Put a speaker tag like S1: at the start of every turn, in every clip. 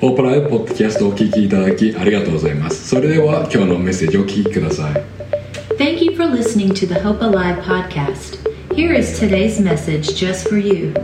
S1: ポープライブポッドキャストをお聞きいただきありがとうございますそれでは今日のメッセージをお聞きください
S2: Thank you for listening to the Hope Alive podcast. Here is today's message just for you.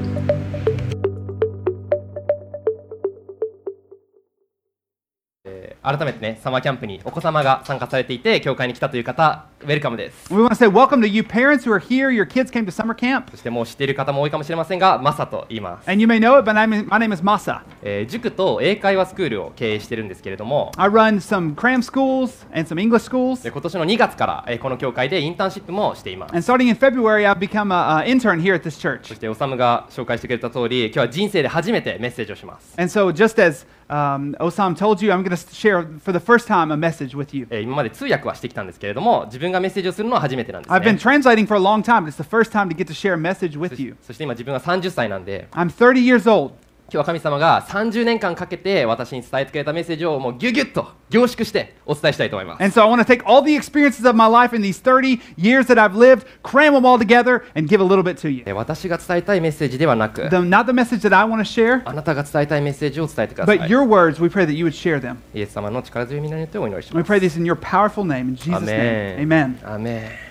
S3: 改めてねサマーキャンプにお子様が参加されていて教会に来たという方ウェルカムです
S4: We want to say welcome to you parents who are here. Your kids came to summer camp.
S3: そしてもう知っている方も多いかもしれませんがマサと言います、
S4: And you may know it, but I'm, my name is Masa.
S3: えー塾と英会話スクールを経営してるんですけれども
S4: I run some cram schools and some English schools.
S3: で今年の2月から、えーこの教会でインターンシップもしています
S4: And starting in February, I've become an intern here at this
S3: そ
S4: church.
S3: しておさむが紹介してくれた通り今日は人生で初めてメッセージをします、
S4: And so, just as um, Osam told you, I'm going to share for the first time a message with you.
S3: えー今まで通訳はしてきたんですけれども自分がメッセージをするのは初めてなんです、
S4: I've been
S3: ね、
S4: translating for a long time, but it's the first time to get to share a message
S3: そ
S4: with
S3: し
S4: you.
S3: そして今自分が30歳なんで
S4: I'm 30 years old.
S3: 今日は神様が30年間かけて私に伝えてくれたメッセージをもうギュギュッと凝縮してお伝えしたいと思います
S4: And so, I want to take all the experiences of my life in these 30 years that I've lived, cram them all together, and give a little bit to you.
S3: えー私が伝えたいメッセージではなく
S4: The, not the message that I want to share,
S3: あなたが伝えたいメッセージを伝えてください
S4: but your words, we pray that you would share them.
S3: イエス様の力強い皆によってお祈りし
S4: And we
S3: ます
S4: pray this in your powerful name, in Jesus'
S3: アメ
S4: name.
S3: ン
S4: Amen.
S3: アメン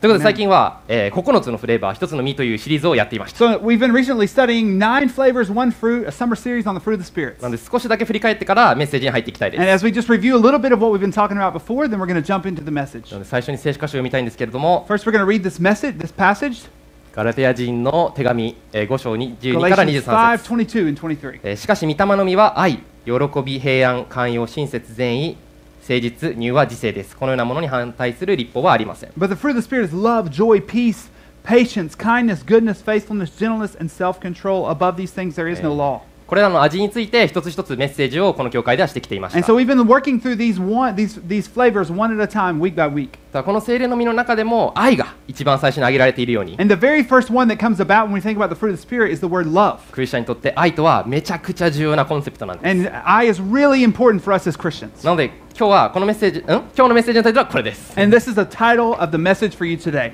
S3: ということで
S4: Amen
S3: 最近は、えー、9つのフレーバー1つの実というシリーズをやっていました
S4: So we've been recently studying nine flavors, one fruit, a summer series on the fruit of the Spirit.
S3: なので少しだけ振り返ってからメッセージに入っていきたいです
S4: And
S3: な
S4: as we just review a little bit of what we've been talking about before, then we're going to jump into the message.
S3: ので最初に聖書箇所を読みたいんですけれども
S4: First, we're going to read this message, this passage,
S3: ガラテヤ人の手紙、えー、5章に12から
S4: Galatians
S3: 23
S4: 5,
S3: 節
S4: 22 and 23.
S3: えーしかし御霊の実は愛喜び平安寛容親切善意誠実乳和自制ですこのようなものに反対する立法はありません
S4: But the fruit of the Spirit is love, joy, peace, patience, kindness, goodness, faithfulness, gentleness, and self-control. Above these things there is no law.
S3: これらの味について一つ一つメッセージをこの教会ではしてきていました
S4: And so we've been working through these one, these these flavors one at a time, week by week.
S3: ただこの精霊の実の中でも愛が一番最初に挙げられているように
S4: And the very first one that comes about when we think about the fruit of the Spirit is the word love.
S3: クリスチャンにとって愛とはめちゃくちゃ重要なコンセプトなんです
S4: And I is really important for us as Christians.
S3: なので今日はこのメッセージん今日のメッセージのタイトルはこれです
S4: And this is the title of the message for you today.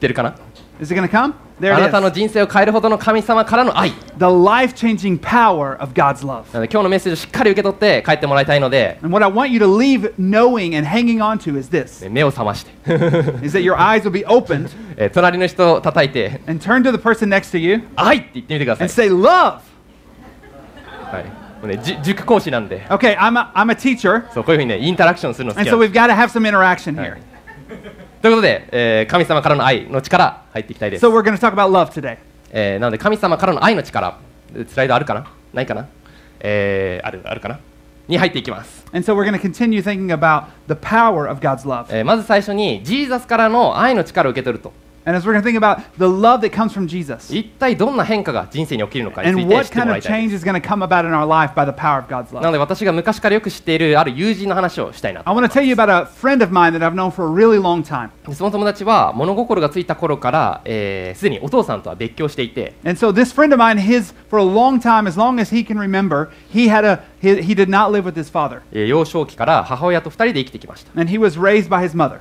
S3: 出るかな
S4: Is it going to come?
S3: あ
S4: There
S3: なたの
S4: it is.
S3: 人生を変えるほどの神様からの愛
S4: The life changing power of God's love.
S3: なので今日のメッセージをしっかり受け取って帰ってもらいたいので
S4: And what I want you to leave knowing and hanging on to is this
S3: ね目を覚まして
S4: is that your eyes will be opened
S3: えー隣の人を叩いて
S4: and turn to the person next to you
S3: 愛って言ってみてください
S4: and、say, Love.
S3: はいもうね、じゅ塾講師なんで
S4: Okay, I'm a, I'm a teacher,
S3: そうこういうふうにねインタラクションするの好き
S4: and
S3: なん
S4: so
S3: です
S4: we've got to have some interaction here.
S3: ということで、えー神様からの愛の力入っていきたいです
S4: So we're going to talk about love today.
S3: えーなので神様からの愛の力スライドあるかなないかな、えーあるあるかなに入っていきます、
S4: And so we're going to continue thinking about the power of God's love.
S3: えーまず最初にジーザスからの愛の力を受け取ると
S4: And as we're going to think about the love that comes from Jesus
S3: 一体どんな変化が人生に起きるのかについ
S4: and
S3: て知っ
S4: what
S3: てもら
S4: kind of
S3: いたい
S4: change is going to come about in our life by the power of God's
S3: なの
S4: love.
S3: で私が昔からよく知っているある友人の話をしたいな
S4: I want to tell you about a friend of mine that I've known for a really long time.
S3: でその友達は物心がついた頃からすで、えー既にお父さんとは別居していて
S4: And so this friend of mine, his for a long time, as long as he can remember, he had a he, he did not live with his father,
S3: えー幼少期から母親と2人で生きてきました、
S4: and he was raised by his mother.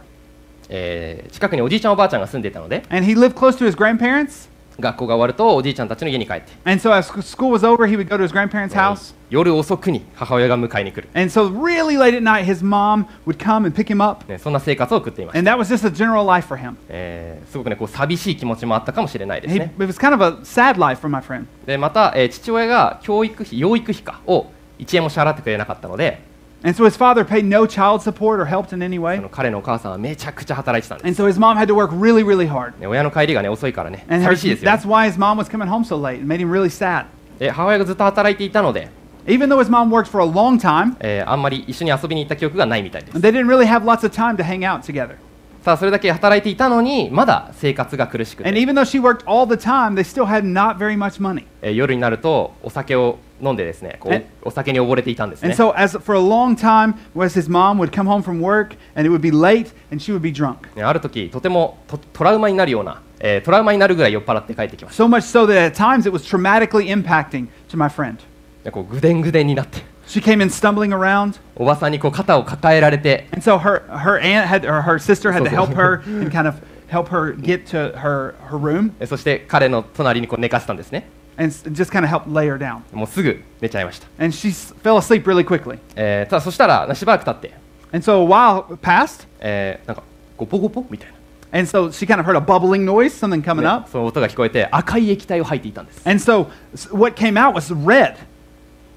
S3: えー近くにおじいちゃんおばあちゃんが住んでいたので
S4: And he lived close to his grandparents.
S3: 学校が終わるとおじいちゃんたちの家に帰って
S4: And so as sc- school was over, he would go to his grandparents' house.
S3: 夜遅くに母親が迎えに来る
S4: And so really late at night, his mom would come and pick him up.
S3: ね、そんな生活を送っていました、
S4: And that was just a general life for him.
S3: えーすごくねこう寂しい気持ちもあったかもしれないです
S4: He,
S3: ね
S4: it was kind of a sad life for my friend.
S3: でまた、えー父親が教育費養育費かを1円も支払ってくれなかったので
S4: And so his father paid no child support or helped in any
S3: あ
S4: way.
S3: の彼のお母さんはめちゃくちゃ働いてたんです、
S4: And so his mom had to work really, really hard.
S3: ね、親の帰りがね遅いからね
S4: And
S3: 寂
S4: her,
S3: しいですよ、ね
S4: that's why his mom was coming home so late and made him really sad.
S3: で母親がずっと働いていたので、
S4: Even though his mom worked for a long time,
S3: えーあんまり一緒に遊びに行った記憶がないみたいです
S4: they didn't really have lots of time to hang out together.
S3: さあそれだけ働いていたのにまだ生活が苦しくて
S4: And even though she worked all the time, they still had not very much money.
S3: えー夜になるとお酒を飲んでですねこ
S4: え
S3: うお酒に溺れていたんですね
S4: And so, as for a long time, was his mom would come home from work and it would be late and she would be drunk.
S3: ねある時とてもトトラウマになるような、えートラウマになるぐらい酔っ払って帰ってきました
S4: So much so that at times it was traumatically impacting to my friend.
S3: でこうぐでんぐでんになって、
S4: She came in stumbling around,
S3: おばさんにこう肩を抱えられて、
S4: and so her her aunt had or her sister had to
S3: So-
S4: help her and kind of help her get to her her room.
S3: えそして彼の隣にこう寝かせたんですね。
S4: and s- just kind of helped lay her down.
S3: もうすぐ寝ちゃいました、
S4: And she s- fell asleep really quickly.
S3: えーただそしたらしばらく経って、
S4: And so a while passed,
S3: えーなんかゴポゴポみたい
S4: and so she kind of heard a bubbling noise, something coming
S3: な、ね
S4: up.
S3: その音が聞こえて赤い液体を吐いていたんです、
S4: And so s- what came out was red.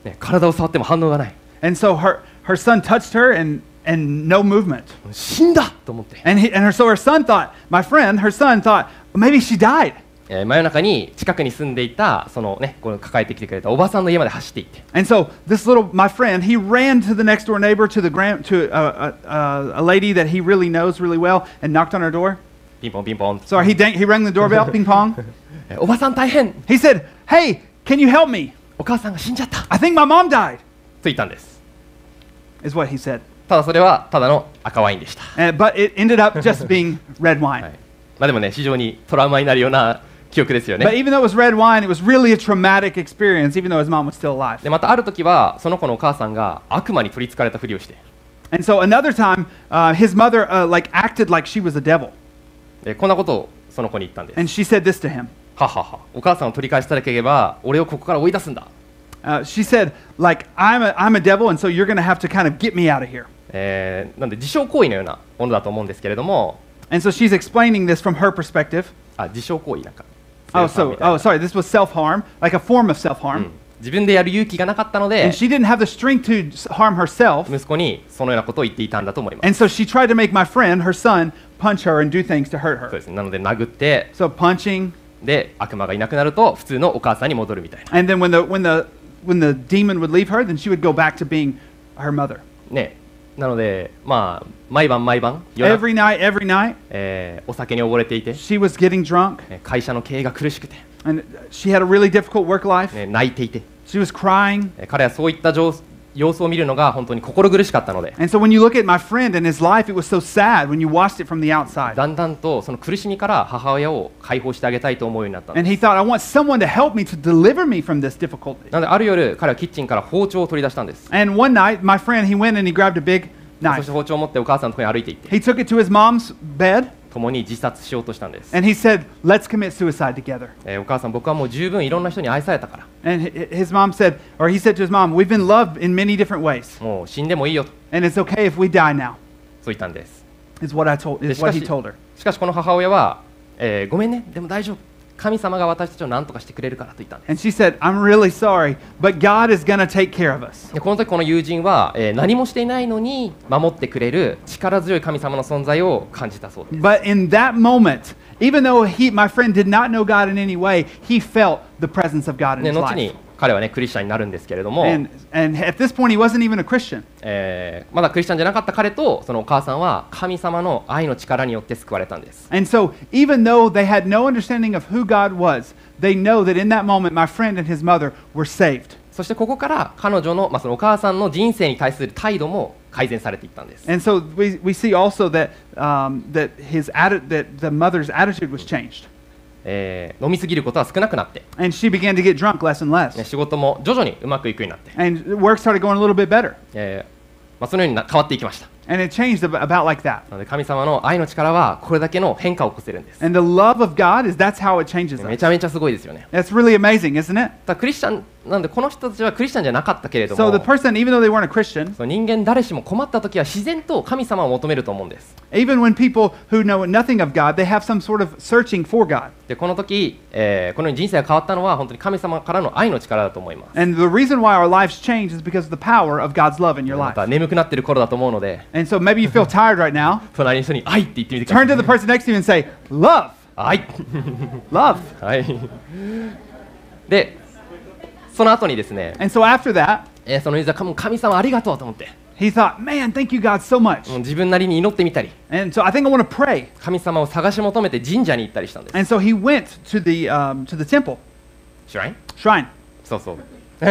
S3: ね、体を触っても反応がない
S4: And so her, her son touched her, and, and no movement.
S3: 死んだと思って、
S4: And, he, and her, so her son thought, my friend, her son thought, maybe she died.
S3: えー真夜中に近くに住んでいたそのねこの抱えてきてくれたおばさんの家まで走っていって、
S4: And so this little my friend, he ran to the next door neighbor to the grand to uh, uh, uh, a lady that he really knows really well and knocked on her door.
S3: ピンポンピンポンと
S4: Sorry, he dang, he rang the doorbell, ping pong.
S3: えーおばさん大変
S4: He said, "Hey, can you help me?
S3: お母さんが死んじゃったと
S4: I think my mom died."
S3: 言ったんです
S4: Is what he said.
S3: ただそれはただの赤ワインでした、は
S4: Uh, but it ended up just being red wine.
S3: いまあ、でもね非常にトラウマになるような記憶ですよ
S4: But
S3: ね
S4: even though it was red wine, it was really a traumatic experience. Even though his mom was still alive.
S3: でまたある時はその子のお母さんが悪魔に取りつかれたふりをして
S4: And so another time, uh, his mother uh, like acted like she was a devil,
S3: でこんなことをその子に言ったんです
S4: and she said this to him.
S3: はははお母さんを取り返しただければ俺をここから追い出すんだ、
S4: Uh, she said, like, I'm a, I'm a devil, and so you're going to have to kind of get me out of here.
S3: えーなんで自傷行為のようなものだと思うんですけれども
S4: And so she's explaining this from her perspective.
S3: あ自傷行為なんか
S4: Oh,
S3: セルフ
S4: so,
S3: ハーム
S4: oh,
S3: みたい
S4: sorry, this was self harm, like a form of self
S3: な
S4: harm.
S3: うん自分でやる勇気がなかったので
S4: And she didn't have the strength to s- harm herself.
S3: 息子にそのようなことを言っていたんだと思います
S4: And so she tried to make my friend, her son, punch her and do things to hurt
S3: そう
S4: her.
S3: ですねなので殴って
S4: So punching,
S3: で悪魔がいなくなると普通のお母さんに戻るみたいな
S4: and then when the, when the, when the demon would leave her, then she would go back to being her mother.
S3: ねなのでまあ毎晩毎晩夜な
S4: Every night, every night,
S3: えーお酒に溺れていて
S4: she was getting drunk,
S3: えー会社の経営が苦しくて、
S4: and she had a really difficult work life.
S3: ね泣いていて
S4: She was crying.
S3: えー彼はそういった状様子を見るのが本当に心苦しかったので
S4: And so when you look at my friend and his life, it was so sad when you watched it from the outside.
S3: だんだんとその苦しみから母親を解放してあげたいと思うようになったんで
S4: And
S3: す
S4: he thought, I want someone to help me to deliver me from this difficulty.
S3: なのである夜彼はキッチンから包丁を取り出したんです
S4: And one night, my friend, he went and he grabbed a big
S3: そして
S4: knife.
S3: 包丁を持ってお母さんのところに歩いていって、
S4: He took it to his mom's bed
S3: 共に自殺しようとしたんです。
S4: and he said, Let's commit suicide together.
S3: えーお母さん、僕はもう十分いろんな人に愛されたから、
S4: And hi- his mom said, or he said to his mom, We've been loved in many different ways.
S3: もう死んでもいいよと、
S4: And it's okay if we die
S3: そ
S4: now,
S3: う言ったんです。
S4: is what, I told,
S3: で
S4: is
S3: しか
S4: what he
S3: し
S4: told her.
S3: しかしこの母親は、えーごめんね、でも大丈夫。神様が私たちを何とかしてくれるからと言ったんです。
S4: And she said, I'm really sorry, but God is going to take care of us.
S3: でこの時この友人は、えー何もしていないのに守ってくれる力強い神様の存在を感じたそうです。
S4: But in that moment, even though he, my friend did not know God in any way, he felt the presence of God in
S3: で
S4: his
S3: 後
S4: life.
S3: に彼はねクリスチャンになるんですけれども、
S4: And, and at this point, he wasn't even a Christian.
S3: えーまだクリスチャンじゃなかった彼とそのお母さんは神様の愛の力によって救われたんです。
S4: And so, even though they had no understanding of who God was, they know that in that moment, my friend and his mother were saved.
S3: そしてここから彼女の,、まあそのお母さんの人生に対する態度も改善されていったんです。
S4: And so, we, we see also that, um, that, his atti- that the mother's attitude was changed.
S3: えー飲みすぎることは少なくなって、
S4: And she began to get drunk less and
S3: ね
S4: less.
S3: 仕事も徐々にうまくいくようになって、
S4: And work started going a little bit better.
S3: えーまあ、そのようにな変わっていきました。
S4: And it changed ab- about like that.
S3: なので神様の愛の力はこれだけの変化を起こせるんです。
S4: And the love of God is that's how it changes
S3: め
S4: us.
S3: ちゃめちゃすごいですよね。
S4: That's really amazing, isn't it?
S3: ただクリスチャンなんでこの人たちはクリスチャンじゃなかったけれど
S4: So
S3: も
S4: the、person, even though they weren't a Christian,
S3: その人間誰しも困った時は自然と神様を求めると思うんです。
S4: even when people who know nothing of God, they have some sort of searching for God.
S3: でこの時、えーこのように人生が変わったのは本当に神様からの愛の力だと思います。
S4: And the reason why our lives change is because of the power of God's love in your
S3: また
S4: life.
S3: 眠くなってる頃だと思うので、
S4: And so maybe you feel tired right now.
S3: 隣の人に「愛」って言ってみてくださ
S4: Turn
S3: い
S4: to the person next to you and say, Love,
S3: 愛
S4: love.
S3: はいでその後にですね、
S4: And so after that,
S3: えーその友人はもう神様ありがとうと思って、
S4: he thought, Man, thank you, God, so much.
S3: もう自分なりに祈ってみたり
S4: And so I think I want to pray.
S3: 神様を探し求めて神社に行ったりしたんです
S4: And so he went to the, um, to the temple
S3: 知らん
S4: shrine.
S3: そうそう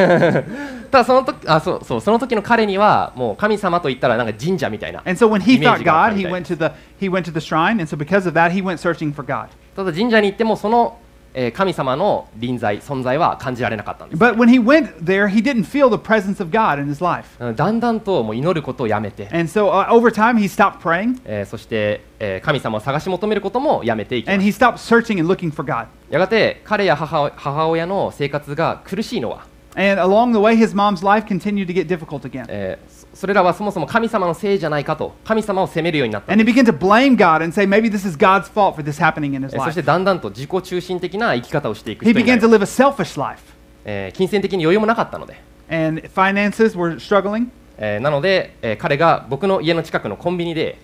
S3: ただその時あそうそうその時の彼にはもう神様と言ったらなんか神社みたいな
S4: And so when he
S3: イメー
S4: thought
S3: ジがあった
S4: God,
S3: み
S4: he
S3: たい
S4: went
S3: です
S4: to the he went to the shrine. And so because of that, he went searching for God.
S3: ただ神社に行ってもそのえー神様の臨在存在は感じられなかったんです
S4: But when he went there, he didn't feel the presence of God in his life.
S3: うんだんだんともう祈ることをやめて、
S4: And so uh, over time, he stopped praying
S3: えーそして、えー神様を探し求めることもやめていきま
S4: and
S3: し
S4: he stopped searching and looking for God.
S3: たやがて彼や母を母親の生活が苦しいのは、
S4: And along the way, his mom's life continued to get difficult again.
S3: えーそそれらはそもそも神様のせいじゃないかと神様を責めるようになった、
S4: And he began to blame God and say, maybe this is God's fault for this happening in his
S3: えーそし
S4: life.
S3: てだんだんと自己中心的な生き方をしていく
S4: He
S3: 人にな
S4: began
S3: り
S4: to live a selfish life.
S3: えー金銭的に余裕もなかったので、
S4: And finances were struggling.
S3: えーなので、えー彼が僕の家の近くのコンビニで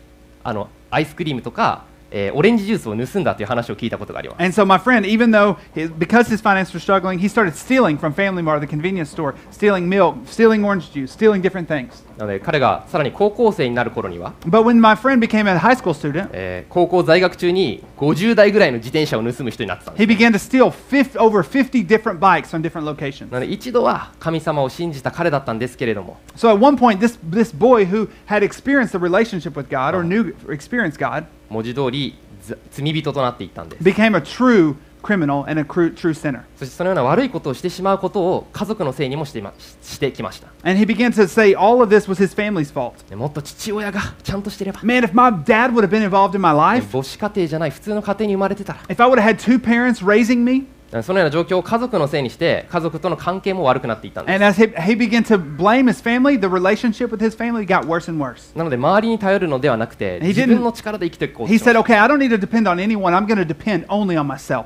S3: あのアイスクリームとか、えーオレンジジュースを盗んだという話を聞いたことがあります、
S4: And so my friend, even though his, because his finances were struggling, he started stealing from Family Mart, the convenience store, stealing milk, stealing orange juice, stealing different things.
S3: なので彼がさらに高校生になる頃には、
S4: But when my friend became a high school student,
S3: えー高校在学中に50代ぐらいの自転車を盗む人になってたんです
S4: he began to steal fif over 50 different bikes from different locations.
S3: なので一度は神様を信じた彼だったんですけれども
S4: So at one point, this, this boy who had experienced a relationship with God or knew or experienced God
S3: 文字通りず罪人となっていったんです
S4: became a true criminal and a cru- true sinner.
S3: そしてそのような悪いことをしてしまうことを家族のせいにもしていまししてきました
S4: And he began to say all of this was his family's fault.
S3: でもっと父親がちゃんとしてれば
S4: Man, if my dad would have been involved in my life,
S3: 母子家庭じゃない普通の家庭に生まれてたら
S4: if I would have had two parents raising me,
S3: そのような状況を家族のせいにして家族との関係も悪くなっていったんです
S4: and as he, he began to blame his family, the relationship with his family got worse and worse.
S3: なので周りに頼るのではなくて
S4: didn't-
S3: 自分の力で生きていこうと
S4: He
S3: しま
S4: said,
S3: した
S4: okay, I don't need to depend on anyone. I'm going to depend only on myself.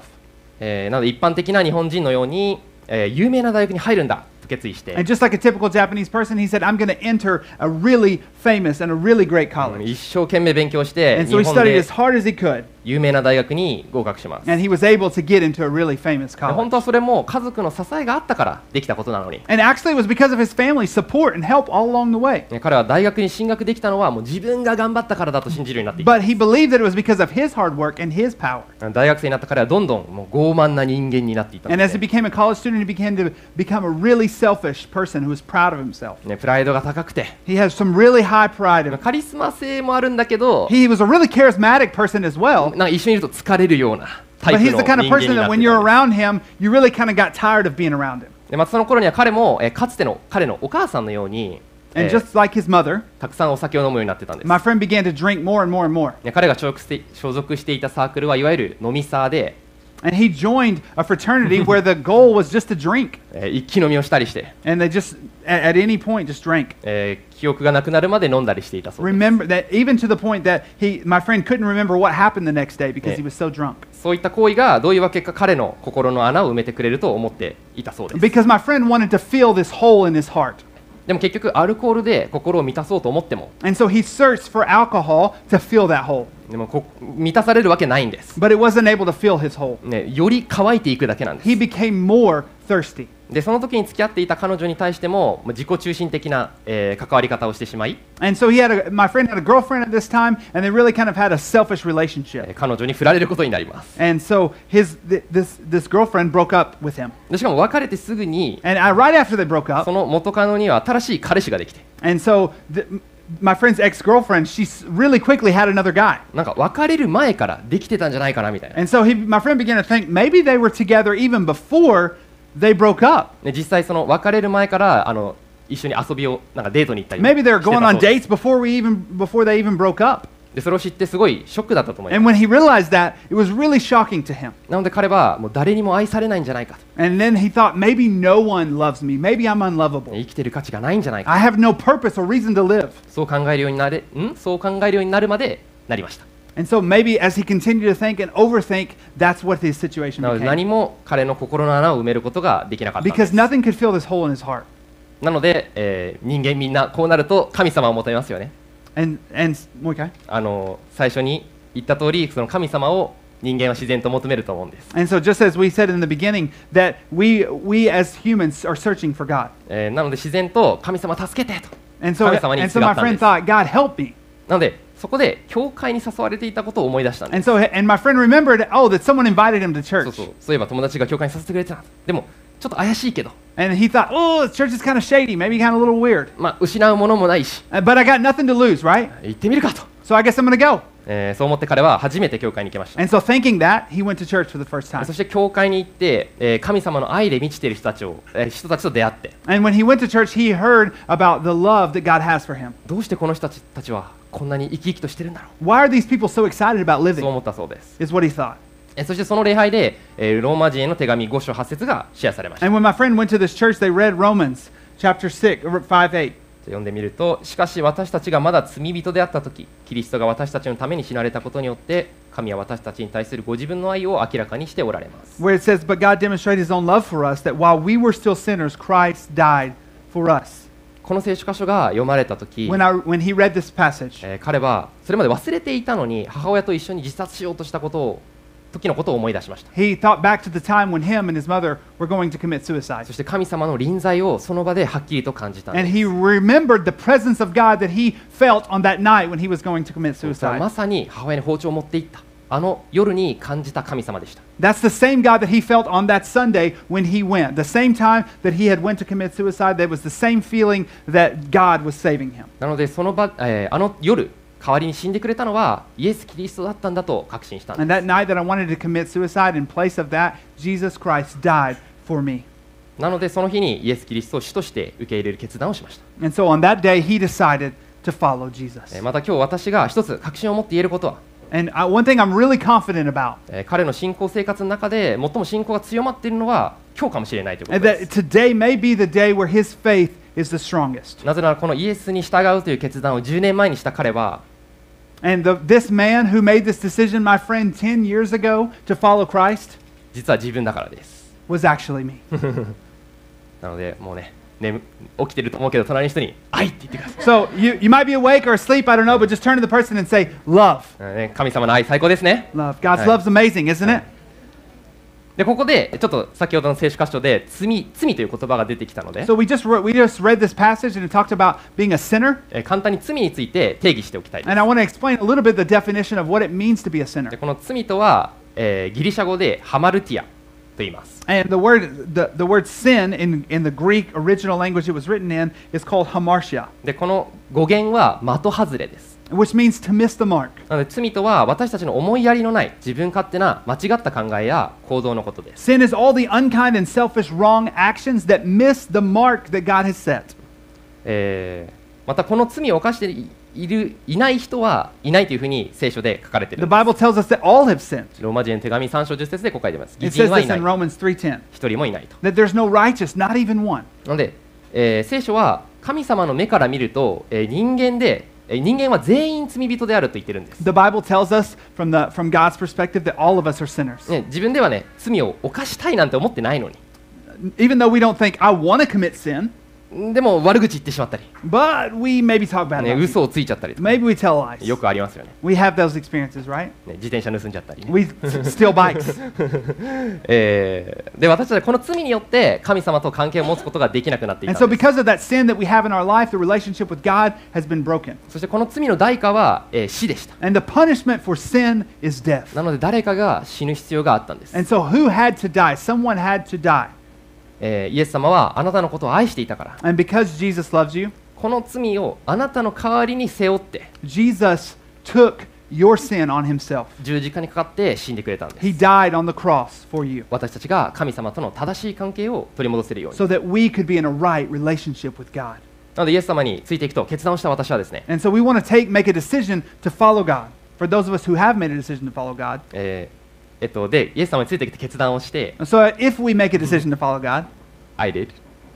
S3: えーなので一般的な日本人のように、えー有名な大学に入るんだと決意し
S4: And
S3: て
S4: just like a typical Japanese person, he said, I'm going to enter a really famous and a really great
S3: うん
S4: college.
S3: 一生懸命勉強して、
S4: And so
S3: 日
S4: he
S3: 本
S4: studied
S3: で
S4: as hard as he could,
S3: 有名な大学に合格します。で
S4: and he was able to get into a really famous
S3: 本
S4: college.
S3: 当はそれも家族の支えがあったからできたことなのに、
S4: And actually, it was because of his family's support and help all along the way.
S3: ね彼は大学に進学できたのはもう自分が頑張ったからだと信じるようになっていた。
S4: But he believed that it was because of his hard work and his power.
S3: 大学生になった彼はどんどんもう傲慢な人間になっていったん
S4: And
S3: で
S4: as
S3: す
S4: he
S3: ね、
S4: became a college student, he began to become a really selfish person who was proud of himself.
S3: ねプライドが高くて、
S4: He has some really high pride. In him.
S3: カリスマ性もあるんだけど、
S4: He was a really charismatic person as
S3: な
S4: well.
S3: んか一緒にいると疲れるようなタイ
S4: But
S3: プの
S4: he's
S3: 人
S4: the
S3: 間
S4: kind of
S3: になっていたん
S4: person that when
S3: で
S4: you're
S3: す。
S4: around him, you really kind of got tired of being around him.
S3: でまたその頃には彼も、えーかつての彼のお母さんのように、え
S4: And
S3: ー
S4: just like his mother,
S3: たくさんお酒を飲むようになってたんです。
S4: my friend began to drink more and more and more.
S3: ね彼が所属して所属していたサークルはいわゆる飲みサーで、
S4: And he joined a fraternity where the goal was just to drink.
S3: えー一気飲みをしたりして、
S4: And they just, at, at any point, just drank.
S3: えー記憶がなくなるまで飲んだりしていたそうで
S4: Remember that even to the point that he, my friend couldn't remember what happened the next day because
S3: Yeah.
S4: he was so drunk.
S3: すそういった行為がどういうわけか彼の心の穴を埋めてくれると思っていたそうです
S4: Because my friend wanted to fill this hole in his heart.
S3: でも結局アルコールで心を満たそうと思っても
S4: And so he searched for alcohol to fill that hole.
S3: でもこ満たされるわけないんです、
S4: But it wasn't able to fill his hole.
S3: ね、より乾いていくだけなんで
S4: He
S3: す
S4: became more thirsty.
S3: でその時に付き合っていた彼女に対してもまあ自己中心的な、えー関わり方をしてしまい、
S4: And so he had a, my friend had a girlfriend at this time, and they really kind of had a selfish
S3: えー
S4: relationship.
S3: 彼女に振られることになります
S4: And so his th- this this girlfriend broke up with him.
S3: でしかも別れてすぐに
S4: And I, right after they broke
S3: そ
S4: up,
S3: の元カノには新しい彼氏ができて
S4: and so th- my friend's ex girlfriend, she s- really quickly had another guy.
S3: なんか別れる前からできてたんじゃないかなみたいな
S4: And so he, my friend began to think maybe they were together even before they broke up.
S3: で実際その別れる前からあの一緒に遊びをなんかデートに行ったり
S4: Maybe they
S3: し
S4: were going
S3: てたそ
S4: on
S3: うです
S4: dates before we even before they even broke up.
S3: でそれを知ってすごいショックだったと思いま
S4: And when he realized that, it was really shocking to him.
S3: すなので彼はもう誰にも愛されないんじゃないか
S4: And then he thought maybe no one loves me. Maybe I'm
S3: と
S4: unlovable.
S3: 生きてる価値がないんじゃないか
S4: I have no purpose or reason to live.
S3: そう考えるようになれんそう考えるようになるまでなりました
S4: And so maybe as he continued to think and overthink, that's what his situation
S3: なので
S4: became.
S3: 何も彼の心の穴を埋めることができなかったんです
S4: Because nothing could fill this hole in his heart.
S3: なので、えー人間みんなこうなると神様を求めますよね
S4: And and okay.
S3: あの最初に言った通りその神様を人間は自然と求めると思うんです、
S4: And so just as we said in the beginning that we we as humans are searching for God.
S3: えーなので自然と神様助けてと
S4: And so
S3: 神様に
S4: and so
S3: がっ
S4: my
S3: たんで
S4: friend
S3: す
S4: thought, God help me.
S3: なのでそこで教会に誘われていたことを思い出したんです
S4: And so and my friend remembered, oh, that someone invited him to
S3: そう
S4: church.
S3: そうそういえば友達が教会に誘ってくれてたなでもちょっと怪しいけど、
S4: And he thought, oh, this church is kind of shady, maybe kind of a little weird.
S3: まあ、失うものもないし
S4: Uh, But I got nothing to lose, right?
S3: 行ってみるかと
S4: So I guess I'm going to go.
S3: えーそう思って彼は初めて教会に行きました
S4: And so, thinking that, he went to church for the first time.
S3: そして教会に行って、えー神様の愛で満ちている人たちを、えー人たちと出会って
S4: And when he went to church, he heard about the love that God has for him.
S3: どうしてこの人たちたちはこんなに生き生きとしてるんだろ
S4: Why are these people so excited
S3: う
S4: about
S3: そう
S4: living?
S3: 思ったそうです、
S4: Is what he thought.
S3: えーそしてその礼拝で、えーローマ人への手紙5章8節がシェアされました
S4: And when my friend went to this church, they read Romans chapter 6, or 5 8.
S3: 読んでみるとしかし私たちがまだ罪人であった時キリストが私たちのために死なれたことによって神は私たちに対するご自分の愛を明らかにしておられます
S4: where it says, But God demonstrated his own love for us, that while we were still sinners, Christ died for us.
S3: この聖書箇所が読まれた時、
S4: When, I, when he read this passage,
S3: えー彼はそれまで忘れていたのに母親と一緒に自殺しようとしたことを時のことを思い出しました
S4: he thought back to the time when him and his mother were going to commit suicide.
S3: そして神様の臨在をその場ではっきりと感じたん
S4: And
S3: です
S4: he remembered the presence of God that he felt on that night when he was going to commit
S3: それはま
S4: suicide.
S3: さに母親に包丁を持っていったあの夜に感じた神様でした
S4: That's the same God that he felt on that Sunday when he went. The same time that he had went to commit suicide, that was the same feeling that God was saving him.
S3: なのでその場、えーあの夜代わりに死んでくれたのはイエス・キリストだったんだと確信したんです
S4: And that night that I wanted to commit suicide, in place of that, Jesus Christ died for me.
S3: なのでその日にイエス・キリストを主として受け入れる決断をしました、
S4: And so on that day, he decided to follow Jesus.
S3: えーまた今日私が一つ確信を持って言えることは、
S4: And I, one thing I'm really confident about
S3: えー彼の信仰生活の中で最も信仰が強まっているのは今日かもしれないということ
S4: is
S3: で
S4: that
S3: す
S4: today may be the day where his faith is the strongest.
S3: なぜならこのイエスに従うという決断を10年前にした彼は
S4: And the, this man who made this decision, my friend, 10 years ago to follow Christ,
S3: 実は自分だからです
S4: was actually me.
S3: なのでもうね眠起きてると思うけど隣の人に「愛」って言ってください
S4: so you, you might be awake or asleep, I don't know, but just turn to the person and say, Love.
S3: あのね神様の愛最高ですね
S4: Love. God's
S3: Hey.
S4: love's amazing, isn't it?
S3: でここでちょっと先ほどの聖書箇所で罪「罪」という言葉が出てきたので、
S4: So we just, re- we just read this passage and it talked about being a sinner.
S3: えー簡単に罪について定義しておきたいです
S4: And I want to explain a little bit the definition of what it means to be a sinner.
S3: でこの罪とは、えーギリシャ語でハマルティアと言います、
S4: And the word, the, the word sin in, in the Greek original language it was written in is called hamartia,
S3: でこの語源は的外れです
S4: which means to miss the mark.
S3: なので罪とは私たちの思いやりのない自分勝手な間違った考えや行動のことです
S4: Sin is all the unkind and selfish wrong actions that miss the mark that God has set.
S3: えーまたこの罪を犯していいるいない人はいないというふうに聖書で書かれてい
S4: The
S3: る
S4: Bible tells us that all have sinned.
S3: ローマ人への手紙3章10節でこう書いてます偽
S4: It says
S3: 人は
S4: this
S3: いない
S4: in
S3: 一
S4: Romans 3:10,
S3: 人もいないと
S4: that there's no righteous, not even one.
S3: なので、えー聖書は神様の目から見ると、えー人間で、えー人間は全員罪人であると言ってるんです
S4: The Bible tells us from the from God's perspective that all of us are sinners.
S3: ね、自分ではね罪を犯したいなんて思ってないのに
S4: Even though we don't think I want to commit sin,
S3: んでも悪口言ってしまったり、
S4: but we maybe talk bad
S3: ね、
S4: about people.
S3: 嘘をついちゃったりとか
S4: Maybe we tell lies.
S3: よくありますよね
S4: We have those experiences, right?
S3: ね自転車盗んじゃったりね、
S4: We s- steal bikes.
S3: えーで私たちはこの罪によって神様と関係を持つことができなくなっていた
S4: And so,
S3: んです
S4: because of that sin that we have in our life, the relationship with God has been broken.
S3: そしてこの罪の代価は、えー死でした
S4: And the punishment for sin is death.
S3: なので誰かが死ぬ必要があったんです、
S4: And so, who had to die? Someone had to die.
S3: えーイエス様はあなたのことを愛していたから
S4: And because Jesus loves you,
S3: この罪をあなたの代わりに背負って
S4: Jesus took your sin on himself.
S3: 十字架にかかって死んでくれたんです
S4: He died on the cross for you
S3: 私たちが神様との正しい関係を取り戻せるように
S4: so that we could be in a right relationship with God.
S3: なのでイエス様についていくと決断をした私はですね
S4: And so, we want to take, make a decision to follow God. For those of us who have made a decision to follow God,
S3: えーえっと、で、イエス様についてきて決断をして、
S4: and so if we make a decision to follow God,
S3: I did.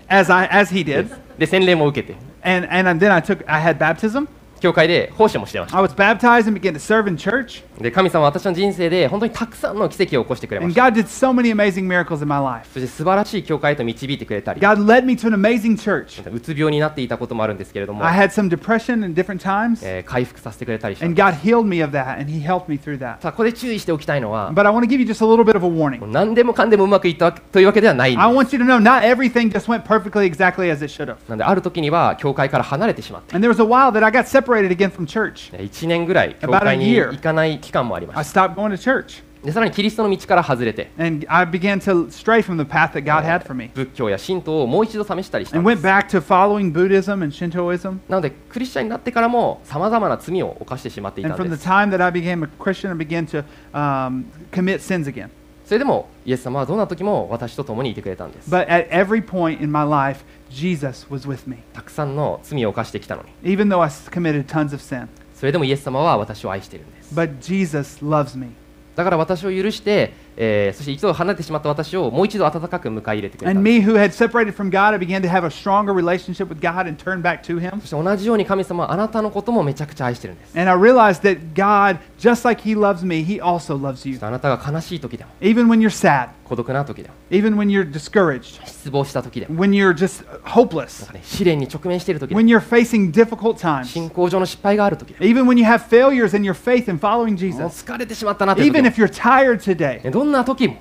S4: as I as he did,
S3: で、洗礼も受けて、
S4: and and then I took I had baptism.
S3: 教会で奉仕もしてまし
S4: I was baptized and began to serve in church.
S3: た。で、神様は私の人生で本当にたくさんの奇跡を起こしてくれま
S4: And
S3: した。
S4: God did so many amazing miracles in my life.
S3: そして素晴らしい教会へと導いてくれたり、
S4: God led me to an amazing church.
S3: うつ病になっていたこともあるんですけれども、
S4: I had some depression in different times,
S3: えー回復させてくれたりしたん
S4: and
S3: です。
S4: God healed me of that, and He helped me through that.
S3: さあ、ここで注意しておきたいのは、
S4: But I want to give you just a little bit of a
S3: も
S4: warning.
S3: う何でもかんでもうまくいったわけというわけではないんで
S4: I
S3: す。
S4: want you to know not everything just went perfectly exactly as it should have.
S3: なんで、ある時には教会から離れてしまって、
S4: And there was a while that I got separated again from church.
S3: 1年ぐらい教会に行かない期間もありま
S4: I
S3: し
S4: stopped going to church.
S3: た。でさらにキリストの道から外れて
S4: And I began to stray from the path that God had for me
S3: 仏教や神道をもう一度試したりしたん
S4: and
S3: で
S4: went
S3: す
S4: back to following Buddhism and Shintoism.
S3: なのでクリスチャンになってからもさまざまな罪を犯してしまっていた
S4: And
S3: ん
S4: from
S3: で
S4: the
S3: す
S4: time that I became a Christian, I began to um, commit sins again.
S3: それでもイエス様はどんな時も私と共にいてくれたんです
S4: But at every point in my life, Jesus was with me,
S3: たくさんの罪を犯してきたのに
S4: even though I s- committed tons of sin.
S3: それでもイエス様は私を愛しているんです
S4: But Jesus loves me.
S3: だから私を許して、えーそして一度離れてしまった私をもう一度温かく迎え入れてくれた
S4: And
S3: んです
S4: me, who had separated from God, I began to have a stronger relationship with God and turn back to Him.
S3: そして同じように神様はあなたのこともめちゃくちゃ愛してるんです
S4: And I realized that God, just like He loves me, He also loves
S3: そし
S4: you.
S3: てあなたが悲しい時でも
S4: Even when you're sad,
S3: 孤独な時でも
S4: even when you're discouraged,
S3: 失望した時でも
S4: when you're just hopeless,
S3: なんかね試練に直面している時でも
S4: when you're facing difficult times,
S3: 信仰上の失敗がある時でも
S4: even when you have failures in your faith and following
S3: もう
S4: Jesus,
S3: 疲れてしまったなという時
S4: even
S3: も
S4: if you're tired today,
S3: ねどんな時も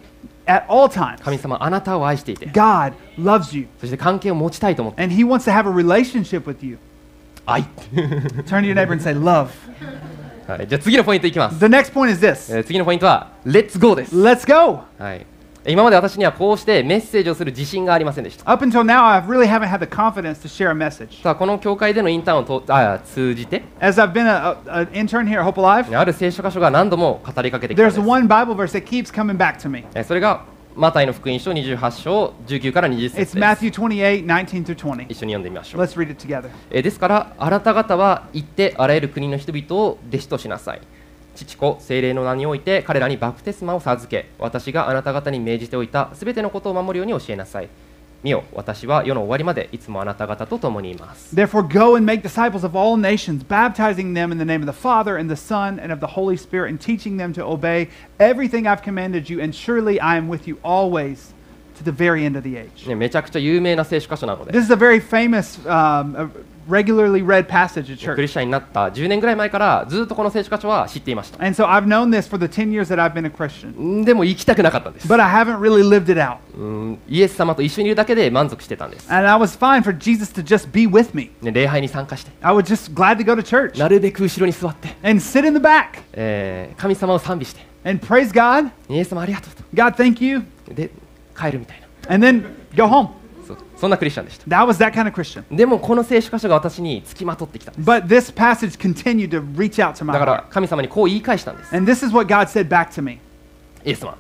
S4: at all times,
S3: 神様あなたを愛していて
S4: God loves you
S3: そして関係を持ちたいと思って
S4: and He wants to have a relationship with you.
S3: 愛
S4: Turn to your neighbor and say, Love.
S3: はいじゃあ次のポイントいきます、
S4: The next point is this
S3: えー次のポイントはレッツゴーです、
S4: Let's go.
S3: はい、今まで私にはこうしてメッセージをする自信がありませんでした
S4: Up until now, I really haven't had the confidence to share a message.
S3: さあこの教会でのインターンをとあ通じて
S4: As I've been a, a, an intern here at Hope Alive,
S3: ある聖書箇所が何度も語りかけてきたん
S4: there's
S3: です
S4: one Bible verse that keeps coming back to me.
S3: えそれがマタイの福音書28章19から20節で
S4: It's
S3: す
S4: Matthew 28 19 through 20.
S3: 一緒に読んでみましょう
S4: Let's read it together.
S3: えですからあなた方は行ってあらゆる国の人々を弟子としなさい父子聖霊の名において彼らにバプテスマを授け私があなた方に命じておいたすべてのことを守るように教えなさい見よ私は世の終わりまでいつもあなた方と共にいます
S4: Therefore, go and make disciples of all nations, baptizing them in the name of the Father, and the Son, and of the Holy Spirit, and teaching them to obey everything I've commanded you, and surely I am with you always to the very end of the age.
S3: ねめちゃくちゃ有名な聖書箇所なので
S4: This is a very famous, um, uh, regularly read passage at
S3: クリ
S4: church.
S3: スチャンになった10年ぐらい前からずっとこの聖書箇所は知っていました
S4: And so I've known this for the 10 years that I've been a Christian,
S3: んでも行きたくなかったんです
S4: but I haven't really lived it out.
S3: うんイエス様と一緒にいるだけで満足してたんです、
S4: And I was fine for Jesus to just be with me.
S3: ね、礼拝に参加して
S4: I was just glad to go to church
S3: なるべく後ろに座って、
S4: and sit in the back
S3: えー神様を賛美して
S4: and praise God.
S3: イエス様ありがとう
S4: God, thank you.
S3: とで帰るみたいな
S4: And then go home.
S3: そうそんなクリスチャンでした
S4: That was that kind of Christian.
S3: でもこの聖書箇所が私につきまとってきたんです
S4: But this passage continued to reach out to my
S3: だから
S4: heart.
S3: 神様にこう言い返したんです
S4: And this is what God said back to me
S3: イエス様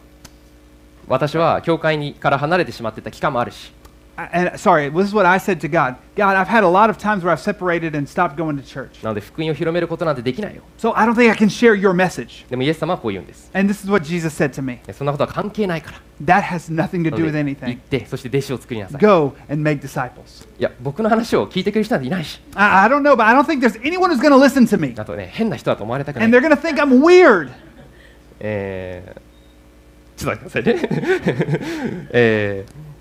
S3: 私は教会にから離れてしまってた期間もあるし
S4: I- And sorry, this is what I said to God God, I've had a lot of times where I've separated and stopped going to church.
S3: なので福音を広めることなんてできないよ
S4: So I don't think I can share your message.
S3: でもイエス様はこう言うんです
S4: And this is what Jesus said to me
S3: ねそんなことは関係ないから
S4: That has nothing to
S3: な
S4: do
S3: の
S4: with
S3: で行っ
S4: anything.
S3: てそして弟子を作りなさい
S4: Go and make disciples.
S3: いや僕の話を聞いてくれる人なんていないし
S4: I, I don't know, but I don't think there's anyone who's going to listen to me.
S3: あとね変な人だと思われたくな
S4: And they're
S3: い
S4: going to think I'm weird.
S3: えー、ちょっと待ってくださいね えー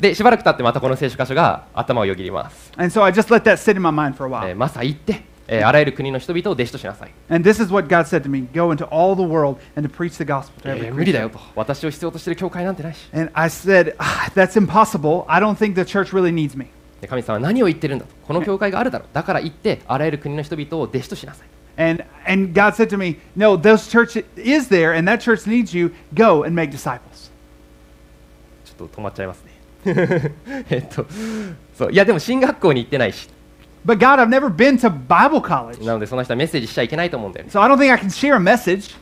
S3: でしばらく経ってまたこの聖書箇所が頭をよぎります、
S4: And so I just let that sit in my mind for a
S3: えー
S4: while.
S3: マサ行って、えーあらゆる国の人々を弟子としなさい、
S4: And this is what God said to me Go into all the world and to preach the gospel to
S3: え
S4: every
S3: ー無理
S4: creature.
S3: だよと私を必要としている教会なんてないし
S4: And I said, "Ah, That's impossible. I don't think the church really needs me.
S3: で神様は何を言ってるんだとこの教会があるだろうだから行ってあらゆる国の人々を弟子としなさい
S4: And, and God said to me, No, those church is there, and that church needs you. Go and make disciples.
S3: ちょっと止まっちゃいますね えっとそういやでも進学校に行ってないし
S4: But God, I've never been to Bible college,
S3: なのでその人はメッセージしちゃいけないと思うんだよね
S4: so I don't think I can share a message.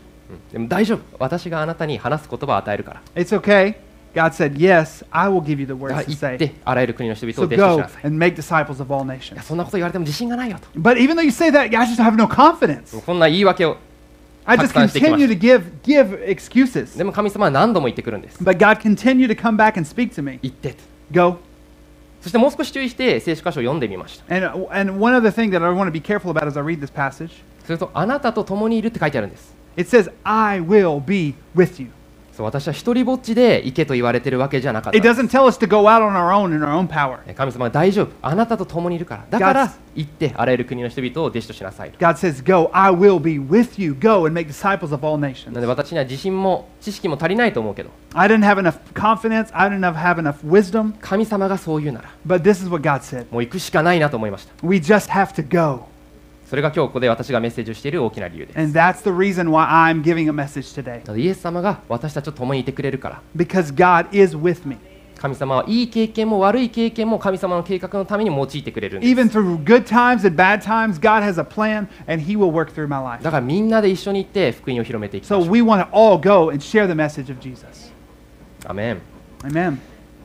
S3: でも大丈夫私があなたに話す言葉を与えるから
S4: It's okay. God said, Yes, I will give you the
S3: だから
S4: words to
S3: 行っ
S4: say.
S3: てあらゆる国の人々を
S4: So
S3: 弟子とし
S4: go
S3: なさいい
S4: and make disciples of all
S3: や
S4: nations.
S3: そんなこと言われても自信がないよと
S4: But even though you say that, I just have no confidence.
S3: こんな言い訳を
S4: I just
S3: Hakikaten
S4: continue to give, give excuses.
S3: でも神様は何度も言ってくるんです
S4: But God continued to come back and speak to me.
S3: 言ってと
S4: Go
S3: そしてもう少し注意して聖書箇所を読んでみました
S4: And, and one other thing that I want to be careful about as I read this passage
S3: するとあなたと共にいるって書いてあるんです
S4: it says, I will be with you.
S3: そう私は一人ぼっちで行けと言われてるわけじゃなかった
S4: It doesn't tell us to go out on our own in our own power.
S3: 神様は大丈夫あなたと共にいるからだから
S4: が
S3: 行ってあらゆる国の人々を弟子としなさい
S4: God says, Go, I will be with you. Go and make disciples of all
S3: なので
S4: nations.
S3: 私には自信も知識も足りないと思うけど
S4: I didn't have enough confidence. I didn't have enough wisdom.
S3: 神様がそう言うなら
S4: But this is what God said
S3: もう行くしかないなと思いました
S4: We just have to go.
S3: それが今日ここで私がメッセージをしている大きな理由です
S4: And that's the reason why I'm giving a message today.
S3: なのでイエス様が私たちと共にいてくれるから
S4: Because God is with me.
S3: 神様はいい経験も悪い経験も神様の計画のために用いてくれるんです
S4: Even through good times and bad times, God has a plan and He will work through my life.
S3: だからみんなで一緒に行って福音を広めていきまし
S4: So
S3: ょう
S4: we want to all go and share the message of Jesus.
S3: アメン
S4: Amen.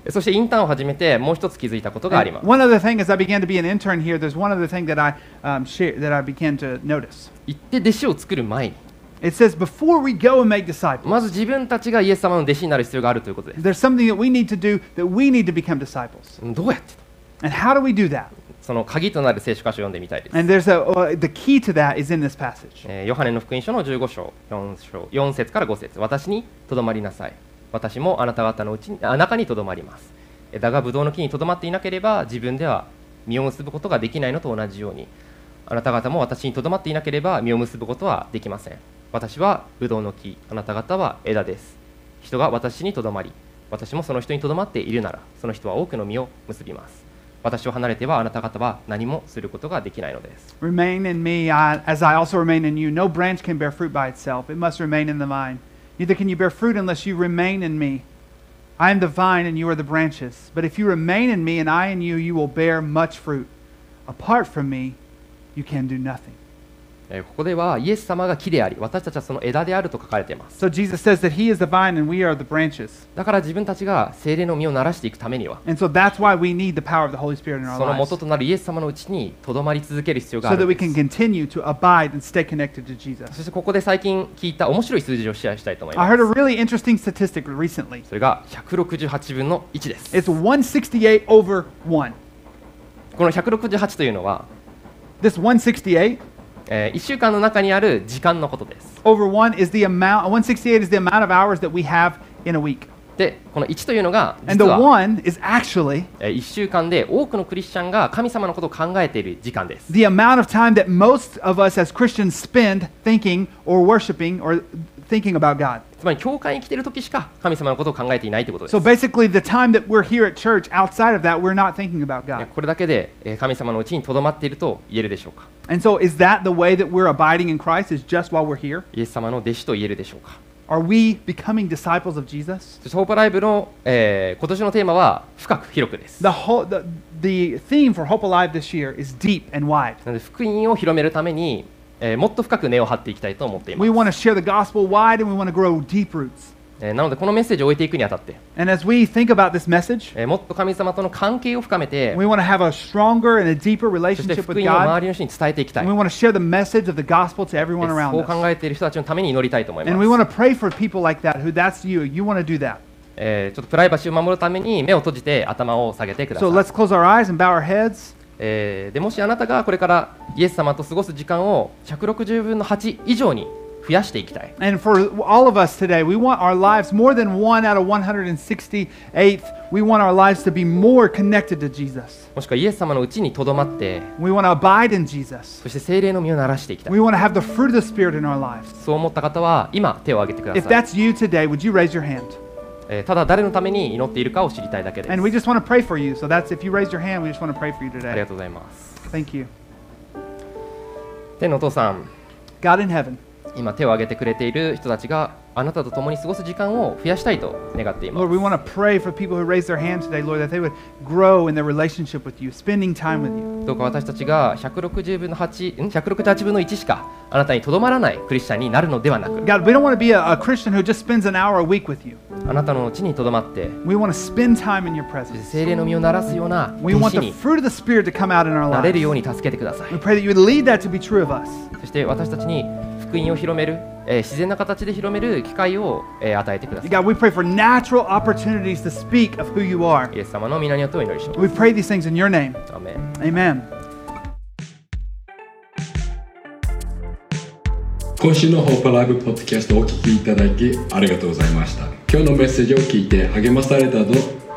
S3: そしてインターンを始めてもう一つ気づいたことがあり
S4: And
S3: ます
S4: one other thing, as I began to be an intern here, there's one other thing that I um, share, that I began to notice.
S3: 行って弟子を作る前に
S4: It says, before we go and make disciples,
S3: まず自分たちがイエス様の弟子になる必要があるということです
S4: there's something that we need to do that we need to become disciples.
S3: どうやってと
S4: And how do we do that?
S3: その鍵となる聖書箇所を読んでみたいです
S4: And there's a uh, the key to that is in this passage.
S3: えーヨハネの福音書の15章4章4節から5節私にとどまりなさい私もあなた方のうちにあ中にとどまります枝がブドウの木にとどまっていなければ自分では実を結ぶことができないのと同じようにあなた方も私にとどまっていなければ実を結ぶことはできません私はブドウの木あなた方は枝です人が私にとどまり私もその人にとどまっているならその人は多くの実を結びます私を離れてはあなた方は何もすることができないのです
S4: Remain in me, I, as I also remain in you. No branch can bear fruit by itself; it must remain in the vine. Neither can you bear fruit unless you remain in me. I am the vine, and you are the branches. But if you remain in me, and I in you, you will bear much fruit. Apart from me, you can do nothing.
S3: えーここではイエス様が木であり私たちはその枝であると書かれています
S4: So Jesus says that He is the vine, and we are the branches.
S3: だから自分たちが精霊の実をならしていくためには
S4: And so that's why we need the power of the Holy Spirit in
S3: その
S4: our lives,
S3: 元となるイエス様のうちにとどまり続ける必要があ
S4: so
S3: る
S4: that
S3: ん
S4: we
S3: で
S4: can
S3: す
S4: continue to abide and stay connected to Jesus.
S3: そしてここで最近聞いた面白い数字をシェアしたいと思い
S4: I
S3: ま
S4: heard
S3: す
S4: a really interesting statistic recently.
S3: それが168分の1です
S4: It's 168 over 1.
S3: この168というのは、
S4: This 168
S3: え1週間の中にある時間のことです
S4: over 1 is the amount 168 is the amount of hours that we have in a week.
S3: でこの1というのが
S4: And
S3: 実
S4: the
S3: は、
S4: 1 is actually
S3: え1週間で多くのクリスチャンが神様のことを考えている時間です
S4: the amount of time that most of us as Christians spend thinking or worshiping or thinking about God.
S3: つまり教会に来ている時しか神様のことを考えていないということです
S4: So basically the time that we're here at church outside of that we're not thinking about
S3: ね
S4: God.
S3: これだけでえー神様のうちにとどまっていると言えるでしょうか
S4: And so is that the way that we're abiding in Christ is just while we're here?
S3: イエス様の弟子と言えるでしょうか
S4: Are we becoming disciples of Jesus?
S3: そしてホープライブの、えー今年のテーマは深く広くですな
S4: The whole the, the theme for Hope Alive this year is deep and wide.
S3: ので福音を広めるために、えーもっと深く根を張っていきたいと思っていま
S4: We
S3: す、
S4: want to share the gospel wide and we want to grow deep roots.
S3: えーなのでこのメッセージを置いていくにあたって、
S4: And as we think about this message,
S3: えーもっと神様との関係を深めて
S4: we want to have a stronger and a deeper
S3: そして
S4: relationship
S3: 福
S4: with
S3: 音を周
S4: God.
S3: りの人に伝えていきたい
S4: And we want to share the message of the gospel to
S3: で
S4: everyone
S3: そ
S4: around
S3: う
S4: us.
S3: 考えている人たちのために祈りたいと思い
S4: And we
S3: ます、
S4: want to pray for people like that who that's you. You want to do that.
S3: えーちょっとプライバシーを守るために目を閉じて頭を下げてくださ
S4: So
S3: い
S4: let's close our eyes and bow our heads.
S3: えーでもしあなたがこれからイエス様と過ごす時間を160分の8以上に増やしていきたい
S4: And for all of us today, we want our lives more than one out of 168th. We want our lives to be more connected to Jesus.
S3: もしくはイエス様のうちにとどまって
S4: We want to abide in Jesus.
S3: そして精霊の実を鳴らしていきたい
S4: We want to have the fruit of the Spirit in our lives.
S3: そう思った方は今手を挙げてくださ
S4: If
S3: い、
S4: that's you today, would you raise your hand?
S3: えーただ誰のために祈っているかを知りたいだけです
S4: And we just want to pray for you. So that's if you raise your hand, we just want to pray for you
S3: あり
S4: today.
S3: がとうございます
S4: Thank you.
S3: 天のお父さん
S4: God in heaven,
S3: 今手を挙げてくれている人たちがあなたと共に過ごす時間を増やしたいと願っています
S4: Lord, we want to pray for people who raise their hand today, Lord, that they would grow in their relationship with you, spending time with you.
S3: どうか私たちが160分の8ん168分の1しかあなたにとどまらないクリスチャンになるのではなく
S4: God, we don't want to be a, a Christian who just spends an hour a week with you.
S3: あなたのうちにとどまって
S4: We want to spend time in your
S3: そして
S4: presence.
S3: 精霊の実を鳴らすような
S4: We
S3: 弟
S4: want
S3: 子
S4: the
S3: に
S4: fruit of the Spirit to come out in our
S3: なれる
S4: lives.
S3: ように助けてください
S4: We pray that you would lead that to be true of us.
S3: そして私たちに福音を広める、えー自然な形で広める機会を、えー与えてください
S4: God, we pray for natural opportunities to speak of who you are.
S3: イエス様の皆によってお祈りしま
S4: We pray these things in your name.
S3: すアーメン
S4: Amen.
S1: 今週のホープライブポッドキャストをお聞きいただきありがとうございました今日のメッセージを聞いて励まされたと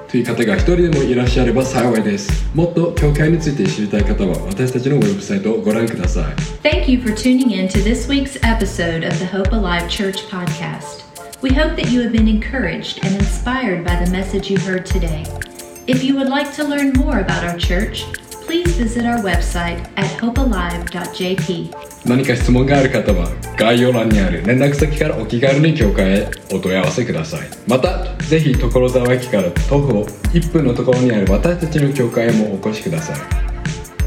S1: という方が一人でもいらっしゃれば幸いですもっと教会について知りたい方は私たちのウェブサイトをご覧ください
S2: Thank you for tuning in to this week's episode of the Hope Alive Church podcast. We hope that you have been encouraged and inspired by the message you heard today. If you would like to learn more about our church, please please visit our website at hopealive.jp.
S1: 何か質問がある方は概要欄にある連絡先からお気軽に教会へお問い合わせくださいまたぜひ所沢駅から徒歩1分のところにある私たちの教会へもお越しください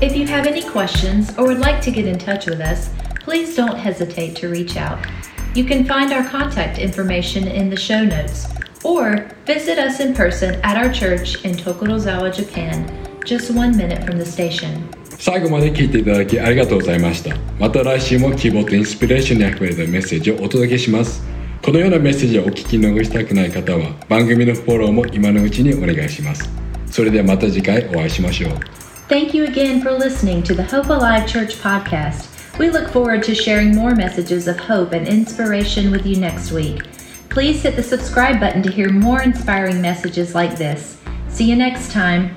S2: If you have any questions or would like to get in touch with us, please don't hesitate to reach out. You can find our contact information in the show notes or visit us in person at our church in Tokorozawa, Japan, just one minute from the station.
S1: 最後まで聞いていただきありがとうございましたまた来週も希望とインスピレーションにあふれたメッセージをお届けしますこのようなメッセージをお聞き逃したくない方は番組のフォローも今のうちにお願いしますそれではまた次回お会いしましょう
S2: Thank you again for listening to the Hope Alive Church podcast. We look forward to sharing more messages of hope and inspiration with you next week. Please hit the subscribe button to hear more inspiring messages like this. See you next time.